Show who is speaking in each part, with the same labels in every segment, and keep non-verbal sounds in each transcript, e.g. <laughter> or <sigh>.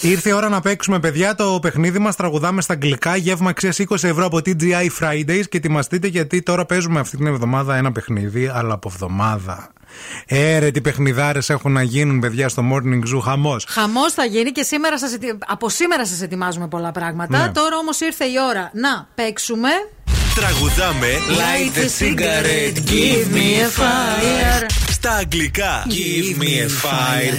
Speaker 1: Ήρθε η ώρα να παίξουμε, παιδιά. Το παιχνίδι μας τραγουδάμε στα αγγλικά. Γεύμα αξίας 20 ευρώ από TGI Fridays. Και ετοιμαστείτε γιατί τώρα παίζουμε αυτή την εβδομάδα ένα παιχνίδι, αλλά από εβδομάδα. Έρε, τι παιχνιδάρες έχουν να γίνουν, παιδιά, στο morning zoo. Χαμός.
Speaker 2: Χαμός θα γίνει και σήμερα σας, ετι- από σήμερα σας ετοιμάζουμε πολλά πράγματα.
Speaker 1: Ναι.
Speaker 2: Τώρα όμως ήρθε η ώρα να παίξουμε.
Speaker 3: Τραγουδάμε
Speaker 4: Light the cigarette, give me a fire.
Speaker 3: στα αγγλικά.
Speaker 4: Give me a fire.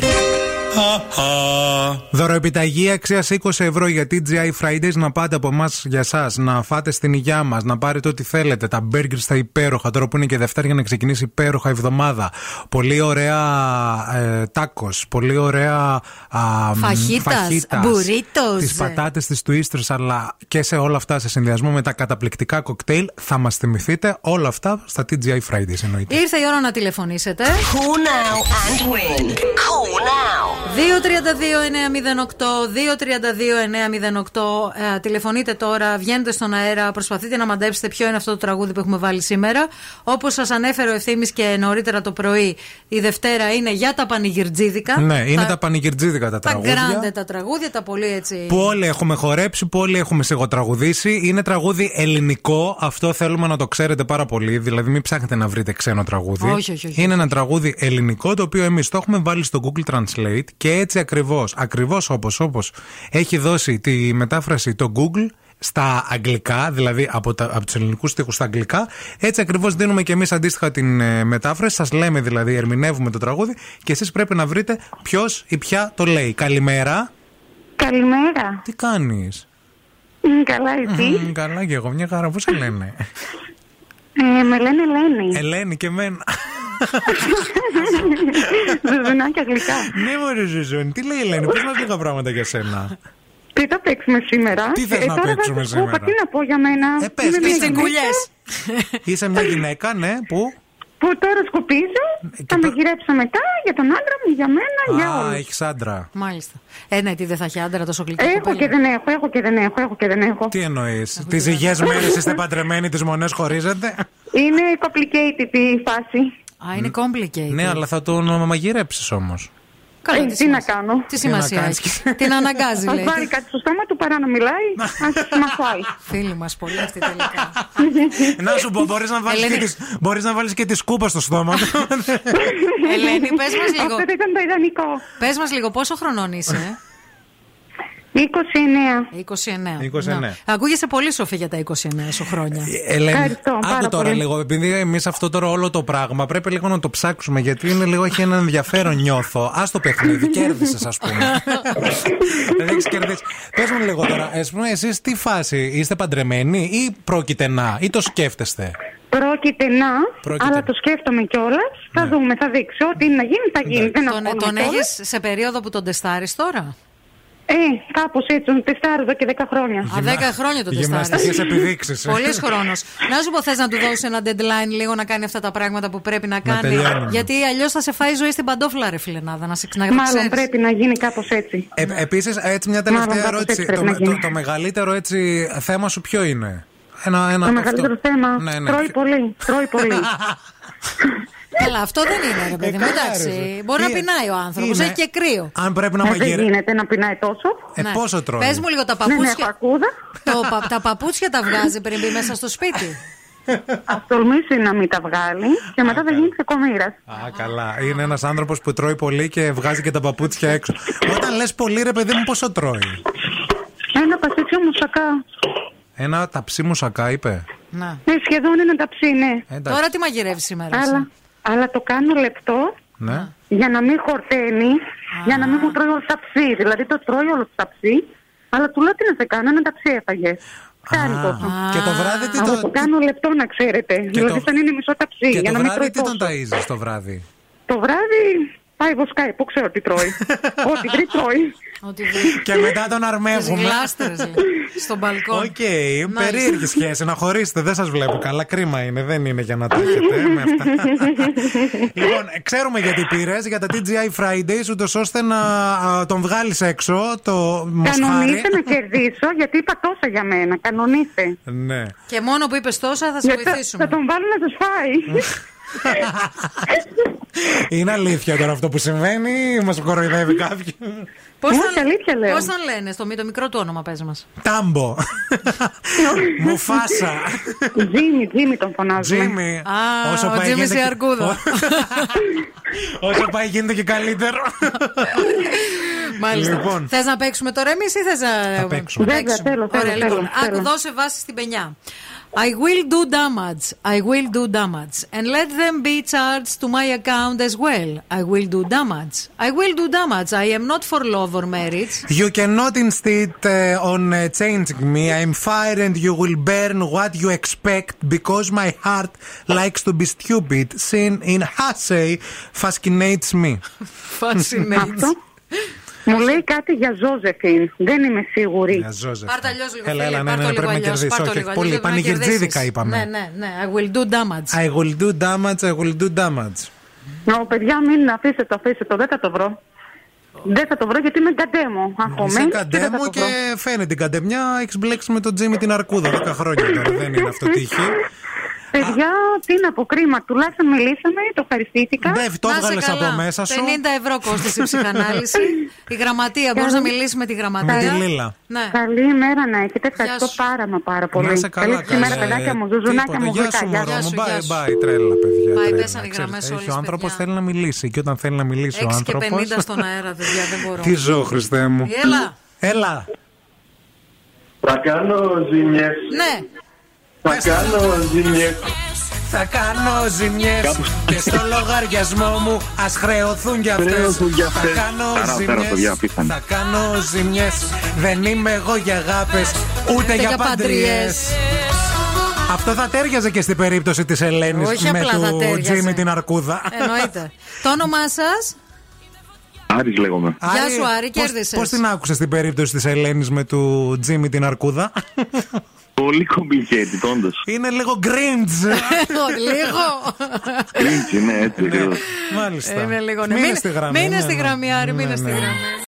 Speaker 1: Δωροεπιταγή αξίας 20 ευρώ για TGI Fridays να πάτε από εμάς για εσά, να φάτε στην υγειά μας, να πάρετε ό,τι θέλετε. Τα μπέργκερ στα υπέροχα, τώρα που είναι και Δευτέρα για να ξεκινήσει υπέροχα εβδομάδα. Πολύ ωραία ε, τάκος, πολύ ωραία α, μ,
Speaker 2: Φαχίτας,
Speaker 1: φαχίτας,
Speaker 2: burritos.
Speaker 1: Τις πατάτες της Twisters αλλά και σε όλα αυτά σε συνδυασμό με τα καταπληκτικά κοκτέιλ θα μας θυμηθείτε όλα αυτά στα TGI Fridays εννοείται.
Speaker 2: Ήρθε η ώρα να τηλεφωνήσετε.
Speaker 5: Call now and win. Call now.
Speaker 2: 2-32-908, 2-32-908. Ε, τηλεφωνείτε τώρα, βγαίνετε στον αέρα, προσπαθείτε να μαντέψετε ποιο είναι αυτό το τραγούδι που έχουμε βάλει σήμερα. Όπως σας ανέφερε ο ευθύνη και νωρίτερα το πρωί, η Δευτέρα είναι για τα πανηγυρτζίδικα.
Speaker 1: Ναι, είναι τα, πανηγυρτζίδικα τα,
Speaker 2: τα
Speaker 1: τραγούδια.
Speaker 2: γκράντε τα τραγούδια, τα πολύ έτσι.
Speaker 1: Που όλοι έχουμε χορέψει, που όλοι έχουμε σιγοτραγουδήσει. Είναι τραγούδι ελληνικό. Αυτό θέλουμε να το ξέρετε πάρα πολύ. Δηλαδή, μην ψάχνετε να βρείτε ξένο τραγούδι.
Speaker 2: Όχι, όχι, όχι.
Speaker 1: Είναι ένα τραγούδι ελληνικό το οποίο εμείς το έχουμε βάλει στο Google Translate και έτσι ακριβώς, ακριβώς όπως όπως έχει δώσει τη μετάφραση το Google στα αγγλικά, δηλαδή από, τα, από τους ελληνικούς στίχους στα αγγλικά. Έτσι ακριβώς δίνουμε και εμείς αντίστοιχα την ε, μετάφραση. Σας λέμε δηλαδή, ερμηνεύουμε το τραγούδι και εσείς πρέπει να βρείτε ποιος ή ποια το λέει. Καλημέρα.
Speaker 6: Καλημέρα.
Speaker 1: Τι κάνεις.
Speaker 6: Μ, Καλά, εσύ.
Speaker 1: Μ, Καλά και εγώ, μια χαρά. Πώς σε λένε.
Speaker 6: Ε, με λένε Ελένη.
Speaker 1: Ελένη και εμένα. Ε.
Speaker 6: <laughs> Ζουζουνάκια γλυκά.
Speaker 1: ναι, μωρή Ζουζούνη, τι λέει η Ελένη, πώ μας λίγα πράγματα για σένα.
Speaker 6: Τι θα παίξουμε σήμερα. Ε,
Speaker 1: Τι θες να
Speaker 6: τώρα θα
Speaker 1: παίξουμε
Speaker 6: σου πω,
Speaker 1: σήμερα?
Speaker 6: Πα, τι να πω για μένα.
Speaker 1: Ε, πες,
Speaker 6: Είμαι
Speaker 1: τι
Speaker 6: μια
Speaker 2: Τις
Speaker 1: σε
Speaker 6: γυναίκα
Speaker 2: τσιγκουλιέ.
Speaker 1: Είσαι μια γυναίκα, ναι, που.
Speaker 6: Που τώρα σκουπίζω.
Speaker 1: Ε, και
Speaker 6: Θα με
Speaker 1: πρω-
Speaker 6: γυρέψω μετά για τον άντρα μου, για μένα, για
Speaker 1: Α, ε,
Speaker 6: όλους.
Speaker 1: έχεις άντρα.
Speaker 2: Μάλιστα. Ε, ναι, τι δεν θα έχει άντρα τόσο γλυκό.
Speaker 6: Έχω
Speaker 2: κοπέλα.
Speaker 6: Ε, και δεν έχω, έχω και δεν έχω, έχω και δεν έχω.
Speaker 1: Τι εννοείς, Τι υγιέ μέρες είστε παντρεμένοι, τις μονές χωρίζετε.
Speaker 6: Είναι complicated η φάση.
Speaker 2: Α, είναι complicated.
Speaker 1: ναι, αλλά θα τον μαγειρέψει όμως.
Speaker 6: <laughs>
Speaker 2: Καλά,
Speaker 6: Ε,
Speaker 2: τι
Speaker 6: τι να
Speaker 2: σημασία-
Speaker 6: κάνω.
Speaker 2: Τι
Speaker 1: να
Speaker 2: σημασία
Speaker 1: κάνεις και-
Speaker 2: έχει. Την αναγκάζει,
Speaker 6: Ας
Speaker 2: λέει.
Speaker 6: βάλει κάτι στο στόμα του παρά να μιλάει, ας μας φάει.
Speaker 2: Φίλοι μας, πολύ αυτή τελικά.
Speaker 1: να σου πω, μπορείς να βάλεις και,
Speaker 2: Ελένη.
Speaker 1: τις- μπορείς να βάλεις και τη σκούπα στο στόμα του.
Speaker 6: <laughs>
Speaker 2: Ελένη, πες μας λίγο.
Speaker 6: Αυτό θα ήταν το ιδανικό.
Speaker 2: Πες μας λίγο, πόσο χρονών είσαι.
Speaker 6: 29.
Speaker 2: 29.
Speaker 1: 29.
Speaker 2: Να. Ακούγεσαι πολύ σοφή για τα 29 σου χρόνια.
Speaker 6: Ε,
Speaker 1: Ε, Ελένη,
Speaker 6: Ευχαριστώ πάρα
Speaker 1: άκου τώρα
Speaker 6: πολύ.
Speaker 1: λίγο, επειδή εμείς αυτό τώρα όλο το πράγμα πρέπει λίγο να το ψάξουμε, γιατί είναι λίγο έχει ένα ενδιαφέρον νιώθω. Ας το
Speaker 6: <laughs>
Speaker 1: παιχνίδι, κέρδισες, ας πούμε. Δεν έχεις κερδίσει. Πες μου λίγο τώρα, ας πούμε, εσείς τι φάση, είστε παντρεμένοι ή πρόκειται να, ή το σκέφτεστε.
Speaker 6: Πρόκειται να,
Speaker 1: Πρόκειται. Ναι.
Speaker 6: αλλά το σκέφτομαι κιόλας. Θα δούμε, θα δείξει. Ό,τι είναι να γίνει, θα γίνει. Δεν
Speaker 2: τον ε,
Speaker 6: αγχώνομαι
Speaker 2: τον
Speaker 6: κιόλας.
Speaker 2: έχεις σε περίοδο που τον τεστάρεις τώρα.
Speaker 6: Ε, κάπως έτσι, τον τεστάρω εδώ και 10 χρόνια.
Speaker 2: Α, 10 χρόνια τον τεστάρει.
Speaker 1: Γυμναστικέ
Speaker 2: <laughs>
Speaker 1: επιδείξεις.
Speaker 2: Πολύς χρόνος. Να σου πω, θες να του δώσεις ένα deadline λίγο να κάνει αυτά τα πράγματα που πρέπει να κάνει.
Speaker 1: τελειώνουμε.
Speaker 2: γιατί αλλιώς θα σε φάει η ζωή στην παντόφλα, ρε φιλενάδα. Να σε
Speaker 6: Μάλλον
Speaker 2: ξαναγράψει.
Speaker 6: πρέπει να γίνει κάπως έτσι.
Speaker 1: Ε, Επίσης, έτσι μια τελευταία
Speaker 6: Μάλλον κάπως
Speaker 1: ερώτηση.
Speaker 6: έτσι
Speaker 1: Το,
Speaker 6: πρέπει να
Speaker 1: με- το,
Speaker 6: γίνει.
Speaker 1: το μεγαλύτερο έτσι, θέμα σου ποιο είναι. Ένα, ένα
Speaker 6: το
Speaker 1: από
Speaker 6: μεγαλύτερο
Speaker 1: αυτό.
Speaker 6: θέμα.
Speaker 1: Ναι, ναι.
Speaker 6: Τρώει πολύ. Τρώει
Speaker 1: <laughs>
Speaker 6: πολύ.
Speaker 2: Καλά, αυτό δεν είναι, ρε παιδί μου.
Speaker 1: Ε, καλά,
Speaker 2: Εντάξει.
Speaker 1: ρε.
Speaker 2: Μπορεί να
Speaker 1: Τι-
Speaker 2: πεινάει ο άνθρωπος.
Speaker 1: Είναι.
Speaker 2: Έχει και κρύο.
Speaker 1: Αν πρέπει να
Speaker 6: Ε, δεν
Speaker 1: μαγειρέψει.
Speaker 6: γίνεται να πεινάει τόσο.
Speaker 1: Ε, πόσο τρώει.
Speaker 2: Πες μου λίγο τα
Speaker 6: Δεν έχω
Speaker 2: παπούτσια.
Speaker 6: ακούδα.
Speaker 2: το, πα- τα παπούτσια τα βγάζει πριν μπει μέσα στο σπίτι.
Speaker 6: Ας τολμήσει να μην τα βγάλει και μετά θα γίνει ξεκομήρα.
Speaker 1: Α, καλά. Είναι ένας άνθρωπος που τρώει πολύ και βγάζει και τα παπούτσια έξω. Όταν λες πολύ, ρε παιδί μου, πόσο τρώει.
Speaker 6: Ένα παστίτσιο μουσακά.
Speaker 1: Ένα ταψί μουσακά, είπε.
Speaker 2: Να.
Speaker 6: Ναι, σχεδόν ένα ταψί, ναι.
Speaker 1: Ε, Εντάξει.
Speaker 2: Τώρα τι μαγειρεύεις σήμερα. εσύ?
Speaker 6: Αλλά, αλλά το κάνω λεπτό
Speaker 1: Ναι.
Speaker 6: για να μην χορταίνει, για να μην μου τρώει όλο ταψί. Δηλαδή το τρώει όλο το ταψί, αλλά του λέω τι να σε κάνω, ένα ταψί έφαγες. Κάνει
Speaker 1: Α,
Speaker 6: τόσο.
Speaker 1: Και το βράδυ τι
Speaker 6: Αλλά το
Speaker 1: το.
Speaker 6: κάνω λεπτό να ξέρετε. δηλαδή
Speaker 1: το-
Speaker 6: σαν είναι μισό ταψί,
Speaker 1: Και το
Speaker 6: για να μην
Speaker 1: βράδυ
Speaker 6: τρώει
Speaker 1: τι τον
Speaker 6: τόσο.
Speaker 1: ταΐζεις το βράδυ.
Speaker 6: Το βράδυ πάει βοσκάει, πού ξέρω τι
Speaker 1: <laughs>
Speaker 6: τρώει. Ό,τι βρει τρώει.
Speaker 2: Ότι βρει.
Speaker 1: Και μετά τον
Speaker 2: Τις
Speaker 1: αρμεύουμε.
Speaker 2: γλάστρες, λέει, στον μπαλκόν.
Speaker 1: Οκ, περίεργη σχέση. Να χωρίσετε, δεν σας βλέπω. Καλά, κρίμα είναι. Δεν είναι για να τα έχετε ε, με αυτά. λοιπόν, ξέρουμε γιατί πήρες για τα TGI Fridays, ούτως ώστε να α, τον βγάλεις έξω. Το μοσχάρι.
Speaker 6: Κανονίστε να κερδίσω, γιατί είπα τόσα για μένα. Κανονίστε.
Speaker 1: ναι.
Speaker 2: Και μόνο που είπες τόσα θα σε
Speaker 6: Γιατί θα- θα
Speaker 2: βοηθήσουμε.
Speaker 1: <laughs>
Speaker 6: τον βάλω να σας φάει.
Speaker 1: Είναι αλήθεια τώρα αυτό που συμβαίνει. Μας κοροϊδεύει κάποιο.
Speaker 2: Πώ
Speaker 6: Όχι, αλήθεια λέω.
Speaker 2: πώς τον λένε, στο μη το μικρό του όνομα, πες μας.
Speaker 1: Τάμπο. Μουφάσα.
Speaker 6: Τζίμι, Τζίμι τον φωνάζουμε.
Speaker 1: Τζίμι.
Speaker 2: Α, ο
Speaker 1: πάει
Speaker 2: Τζίμις
Speaker 1: γίνεται
Speaker 2: η
Speaker 1: και-
Speaker 2: Αρκούδα.
Speaker 1: <laughs> Όσο πάει γίνεται και καλύτερο.
Speaker 2: Μάλιστα.
Speaker 1: Λοιπόν.
Speaker 2: Θες να παίξουμε τώρα εμείς ή θες να.
Speaker 1: Θα παίξουμε.
Speaker 6: Βέβαια, θέλω, θέλω,
Speaker 2: Ωραία,
Speaker 6: θέλω,
Speaker 2: λοιπόν.
Speaker 6: θέλω.
Speaker 2: Άκου, δώσε βάση στην πενιά. I will do damage. I will do damage. And let them be charged to my account as well. I will do damage. I will do damage. I am not for love or marriage.
Speaker 1: You cannot insist uh, on uh, changing me. I'm fire and you will burn what you expect because my heart likes to be stupid. Sin in Hassey fascinates me.
Speaker 2: Fascinates.
Speaker 6: Αυτό. Μου λέει κάτι για Ζώζεφιν. Δεν είμαι σίγουρη.
Speaker 1: Μια Ζώζεφ.
Speaker 2: Πάρ' τα αλλιώς λίγο.
Speaker 1: Έλα,
Speaker 2: φίλε,
Speaker 1: έλα, ναι,
Speaker 2: πάρ'
Speaker 1: ναι,
Speaker 2: το λίγο
Speaker 1: πρέπει να
Speaker 2: αλλιώς,
Speaker 1: κερδίσει.
Speaker 2: πάρ' το
Speaker 1: Όχι,
Speaker 2: λίγο
Speaker 1: όχι,
Speaker 2: αλλιώς,
Speaker 1: πολύ
Speaker 2: πρέπει να
Speaker 1: πανηγυρτζίδικα
Speaker 2: κερδίσεις.
Speaker 1: είπαμε.
Speaker 2: Ναι, ναι, ναι. I will do damage.
Speaker 1: I will do damage, I will do damage.
Speaker 6: Ω, παιδιά, μην αφήστε το, αφήστε το. Δεν θα το βρω. Δεν θα το βρω γιατί είμαι καντέμο.
Speaker 1: Είσαι
Speaker 6: Αχωμένη και δεν θα
Speaker 1: καντέμο
Speaker 6: το βρω.
Speaker 1: και φαίνεται την καντεμιά. Έχεις μπλέξει με τον Τζίμι την αρκούδα 10 χρόνια τώρα. Δεν είναι αυτό τύχη.
Speaker 6: <laughs> Παιδιά, τι να πω, κρίμα. Τουλάχιστον μιλήσαμε, το ευχαριστήθηκα.
Speaker 1: Ντεύ, το
Speaker 2: Να σε
Speaker 1: έβγαλες
Speaker 2: <laughs> καλά.
Speaker 1: από μέσα σου.
Speaker 2: 50 ευρώ κόστησε η ψυχανάλυση. η γραμματεία, μπορείς να μιλήσεις με τη γραμματεία.
Speaker 1: Με τη Λίλα.
Speaker 2: Ναι.
Speaker 6: Καλή ημέρα να έχετε. Ευχαριστώ
Speaker 2: σου.
Speaker 6: πάρα μα πάρα πολύ.
Speaker 1: Να είσαι καλά,
Speaker 6: Καλή σας ημέρα,
Speaker 1: καλέ.
Speaker 6: παιδάκια μου,
Speaker 1: Τίποτα.
Speaker 6: ζουζουνάκια μου,
Speaker 1: Γεια σου,
Speaker 6: γλυκά.
Speaker 1: μωρό
Speaker 2: Γεια
Speaker 6: Γεια
Speaker 1: μου.
Speaker 2: σου, γεια
Speaker 1: Bye,
Speaker 2: σου.
Speaker 1: bye, τρέλα, παιδιά.
Speaker 2: Bye,
Speaker 1: τρέλα.
Speaker 2: πέσανε οι
Speaker 1: Ξέρετε,
Speaker 2: γραμμές
Speaker 1: έχει,
Speaker 2: όλες,
Speaker 1: Ο άνθρωπος
Speaker 2: παιδιά.
Speaker 1: θέλει να μιλήσει. Και όταν θέλει να μιλήσει ο
Speaker 2: 6 και
Speaker 1: άνθρωπος.
Speaker 2: 50 στον αέρα, παιδιά, δεν μπορώ.
Speaker 1: Τι ζω, Χριστέ μου.
Speaker 2: Έλα.
Speaker 1: Έλα.
Speaker 7: Θα κάνω ζημιές,
Speaker 1: Ε,
Speaker 2: Ναι.
Speaker 7: θα κάνω ζημιές.
Speaker 1: Θα κάνω ζημιές και στο λογαριασμό μου ας χρεωθούν για αυτές.
Speaker 7: Χρεωθούν κι
Speaker 1: Θα
Speaker 7: αυτές.
Speaker 1: κάνω
Speaker 8: Ταρά, ταρά, παιδιά,
Speaker 1: ζημιέ.
Speaker 8: απίθανο.
Speaker 1: Θα κάνω ζημιές. Δεν είμαι εγώ για αγάπες, ούτε
Speaker 2: για
Speaker 1: για παντριές.
Speaker 2: παντριές.
Speaker 1: Αυτό θα τέριαζε και στην περίπτωση της Ελένης
Speaker 2: Όχι
Speaker 1: με
Speaker 2: απλά θα
Speaker 1: του
Speaker 2: τέριαζε.
Speaker 1: Τζίμι την Αρκούδα. <laughs>
Speaker 2: Εννοείται. Το όνομά σας.
Speaker 8: Άρης λέγομαι.
Speaker 2: Γεια σου, Άρη, κέρδισες.
Speaker 1: Πώς την άκουσες την περίπτωση της Ελένης με του Τζίμι την Αρκούδα. <laughs>
Speaker 8: Πολύ complicated, όντως.
Speaker 1: Είναι λίγο
Speaker 2: <laughs>
Speaker 1: cringe.
Speaker 2: Ε, Λίγο.
Speaker 8: Cringe, ναι, έτσι ακριβώς.
Speaker 1: Μάλιστα.
Speaker 2: Είναι λίγο. ναι.
Speaker 1: Μείνε
Speaker 2: Μείνε-
Speaker 1: στη γραμμή.
Speaker 2: Μείνε
Speaker 1: ναι,
Speaker 2: στη
Speaker 1: ναι.
Speaker 2: γραμμή, Άρη,
Speaker 1: Ναι,
Speaker 2: μείνε στη
Speaker 1: ναι.
Speaker 2: γραμμή.